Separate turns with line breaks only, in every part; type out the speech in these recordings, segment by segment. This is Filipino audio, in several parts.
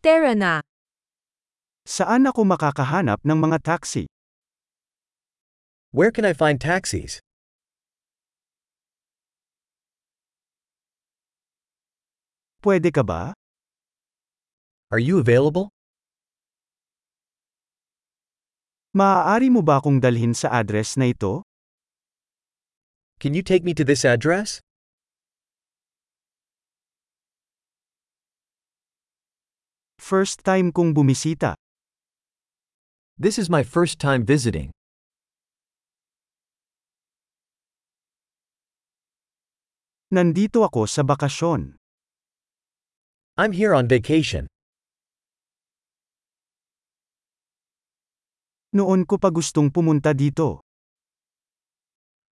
Tara na.
Saan ako makakahanap ng mga taxi?
Where can I find taxis?
Pwede ka ba?
Are you available?
Maaari mo ba akong dalhin sa address na ito?
Can you take me to this address?
First time kong bumisita.
This is my first time visiting.
Nandito ako sa bakasyon.
I'm here on vacation.
Noon ko pa gustong pumunta dito.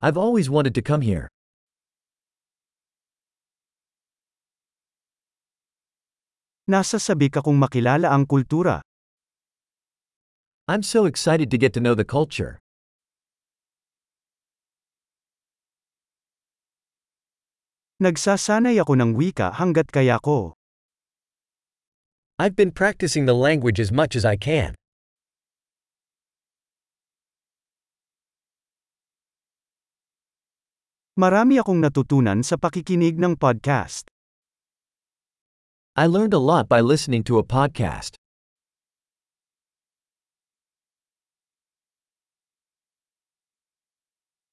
I've always wanted to come here.
Nasasabik akong makilala ang kultura.
I'm so excited to get to know the culture.
Nagsasanay ako ng wika hanggat kaya ko.
I've been practicing the language as much as I can.
Marami akong natutunan sa pakikinig ng podcast.
I learned a lot by listening to a podcast.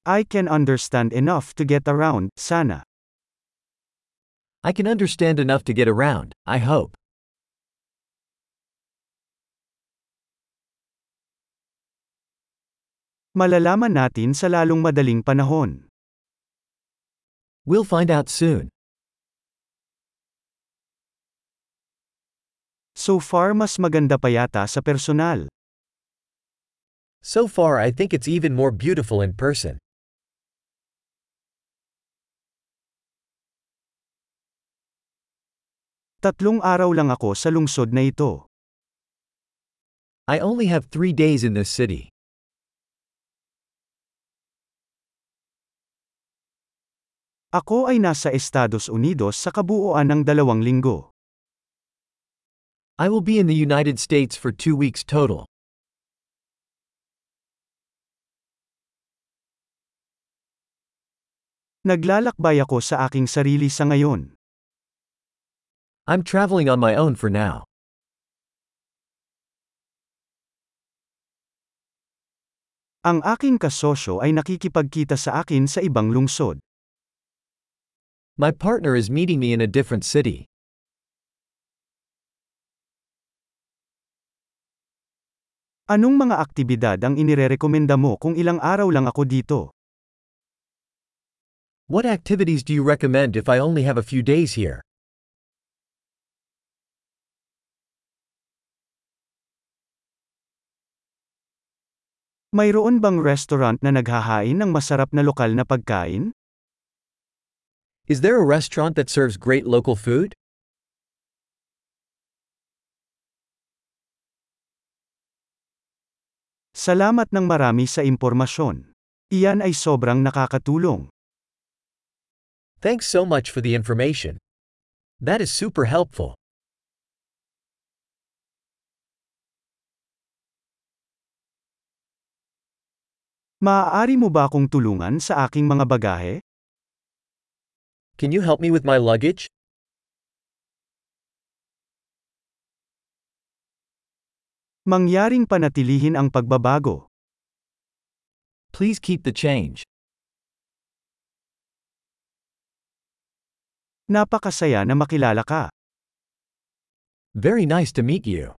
I can understand enough to get around, sana.
I can understand enough to get around, I hope.
Malalaman natin sa lalong madaling panahon.
We'll find out soon.
So far mas maganda pa yata sa personal.
So far, I think it's even more beautiful in person.
Tatlong araw lang ako sa lungsod na ito.
I only have three days in this city.
Ako ay nasa Estados Unidos sa kabuuan ng dalawang linggo.
I will be in the United States for two weeks total.
Naglalakbay ako sa aking sarili sa ngayon.
I'm traveling on my own for now.
Ang aking kasosyo ay nakikipagkita sa akin sa ibang lungsod.
My partner is meeting me in a different city.
Anong mga aktibidad ang inirerekomenda mo kung ilang araw lang ako dito?
What activities do you recommend if I only have a few days here?
Mayroon bang restaurant na naghahain ng masarap na lokal na pagkain?
Is there a restaurant that serves great local food?
Salamat ng marami sa impormasyon. Iyan ay sobrang nakakatulong.
Thanks so much for the information. That is super helpful.
Maaari mo ba akong tulungan sa aking mga bagahe?
Can you help me with my luggage?
Mangyaring panatilihin ang pagbabago.
Please keep the change.
Napakasaya na makilala ka.
Very nice to meet you.